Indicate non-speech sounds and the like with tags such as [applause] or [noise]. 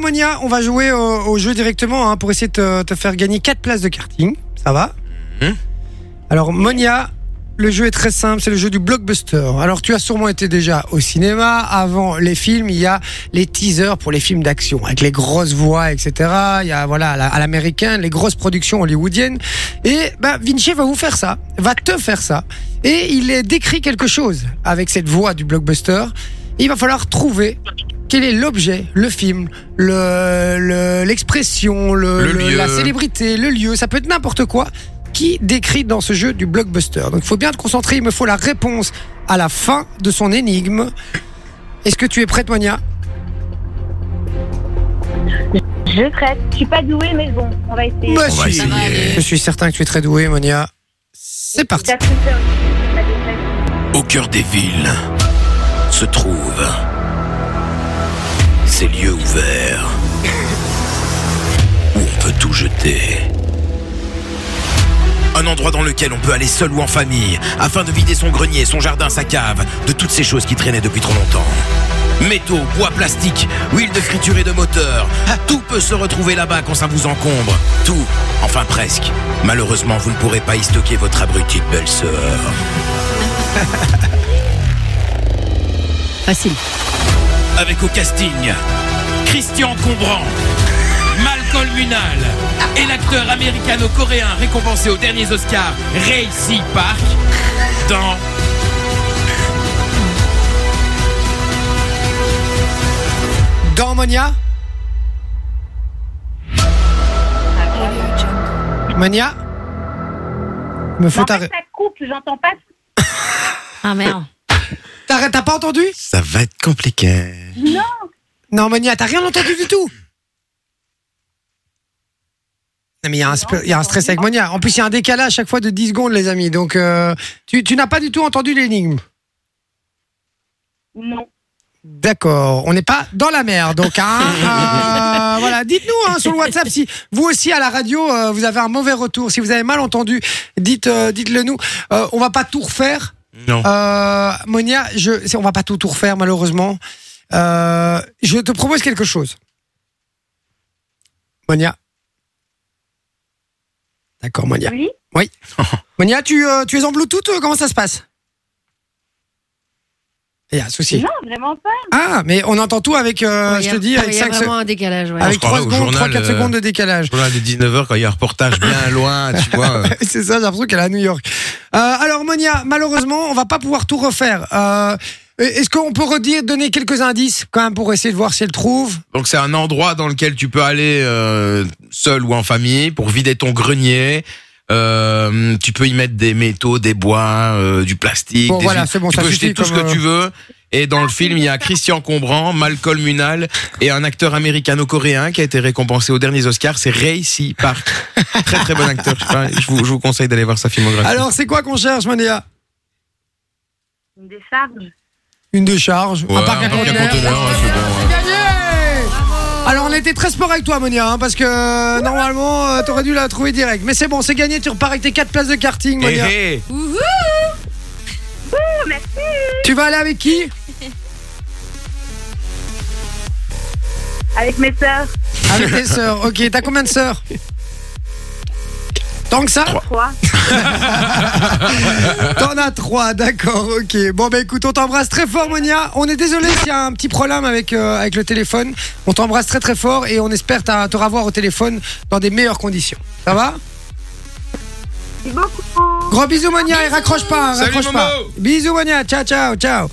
Monia, on va jouer au, au jeu directement hein, pour essayer de te, te faire gagner 4 places de karting. Ça va Mhm. Alors, Monia, le jeu est très simple, c'est le jeu du blockbuster. Alors, tu as sûrement été déjà au cinéma. Avant les films, il y a les teasers pour les films d'action, avec les grosses voix, etc. Il y a, voilà, à la- à l'américain, les grosses productions hollywoodiennes. Et bah, Vinci va vous faire ça, va te faire ça. Et il est décrit quelque chose avec cette voix du blockbuster. Il va falloir trouver quel est l'objet, le film, le- le- l'expression, le, Le le- lieu. la célébrité, le lieu, ça peut être n'importe quoi, qui décrit dans ce jeu du blockbuster. Donc il faut bien te concentrer, il me faut la réponse à la fin de son énigme. Est-ce que tu es prête, Monia Je prête. Je suis pas douée, mais bon, on va essayer. Monsieur. On va Ça va essayer. aller. Je suis certain que tu es très douée, Monia. C'est parti. Jack Reacher aussi, c'est pas des vrais. Au cœur des villes se trouvent ces lieux ouverts où on peut tout jeter. Un endroit dans lequel on peut aller seul ou en famille afin de vider son grenier, son jardin, sa cave, de toutes ces choses qui traînaient depuis trop longtemps. Métaux, bois, plastique, huile de friture et de moteur, tout peut se retrouver là-bas quand ça vous encombre. Tout, enfin presque. Malheureusement, vous ne pourrez pas y stocker votre abrutie de belle-sœur. Facile. avec au casting Christian Combran, Malcolm Munal et l'acteur américano-coréen récompensé aux derniers Oscars, Racy Park, dans. Dans Monia Ah, Monia Il me faut En fait, t'arrêter. ça coupe, j'entends pas. Ah merde. T'arrêtes, t'as pas entendu Ça va être compliqué. Non, Monia, t'as rien entendu du tout non, mais il y, a un sp- il y a un stress avec Monia. En plus, il y a un décalage à chaque fois de 10 secondes, les amis. Donc, euh, tu, tu n'as pas du tout entendu l'énigme. Non. D'accord. On n'est pas dans la mer. Donc, hein, euh, voilà. Dites-nous hein, sur le WhatsApp si vous aussi à la radio, euh, vous avez un mauvais retour. Si vous avez mal entendu, dites, euh, dites-le nous. Euh, on va pas tout refaire. Non. Euh, Monia, je, c'est- on va pas tout tout refaire malheureusement. Euh, je te propose quelque chose. Monia. D'accord, Monia. Oui. Monia, tu, euh, tu es en Bluetooth euh, Comment ça se passe Il y a un souci. Non, vraiment pas. Ah, mais on entend tout avec, euh, Ouais, je il y te a- dis, ouais, avec, Il y a 5 vraiment un décalage, ouais. avec je crois 3 au secondes, 3, journal, 4 euh, secondes de décalage. Voilà, de 19h quand il y a un reportage [laughs] bien loin, tu vois. euh. [laughs] C'est ça, j'ai l'impression qu'elle est à New York. Euh, alors, Monia, malheureusement, on va pas pouvoir tout refaire. Euh, Est-ce qu'on peut redire, donner quelques indices quand même pour essayer de voir si elle trouve Donc c'est un endroit dans lequel tu peux aller euh, seul ou en famille pour vider ton grenier. Euh, tu peux y mettre des métaux, des bois, euh, du plastique. Bon, des voilà, huiles. c'est bon, tu ça peux suffit jeter tout ce comme, euh, que tu veux. Et dans le film, il y a Christian Combran, Malcolm Munal et un acteur américano-coréen qui a été récompensé aux derniers Oscars, c'est Racy [laughs] Park. très très bon acteur. Je, sais pas, je vous, je vous conseille d'aller voir sa filmographie. euh. Alors, c'est quoi qu'on cherche, Monia Une décharge. Une décharge, Ouais, un parc à un parc à conteneurs. conteneurs, ouais, c'est bon, C'est gagné alors on était très sport avec toi Monia hein, parce que euh, normalement euh, t'aurais dû la trouver direct mais c'est bon c'est gagné tu repars avec tes 4 places de karting Eh, Monia eh. Wouhou. Tu vas aller avec qui Avec mes sœurs. Avec tes sœurs ok t'as combien de sœurs Tant que ça Trois. T'en as trois, d'accord, ok. Bon, bah écoute, on t'embrasse très fort, Monia. On est désolé s'il y a un petit problème avec, euh, avec le téléphone. On t'embrasse très très fort et on espère t'a- te revoir au téléphone dans des meilleures conditions. Ça va Merci beaucoup. Gros bisous, Monia, et raccroche pas, hein, Salut, raccroche Momo. pas. Bisous, Monia, ciao, ciao, ciao.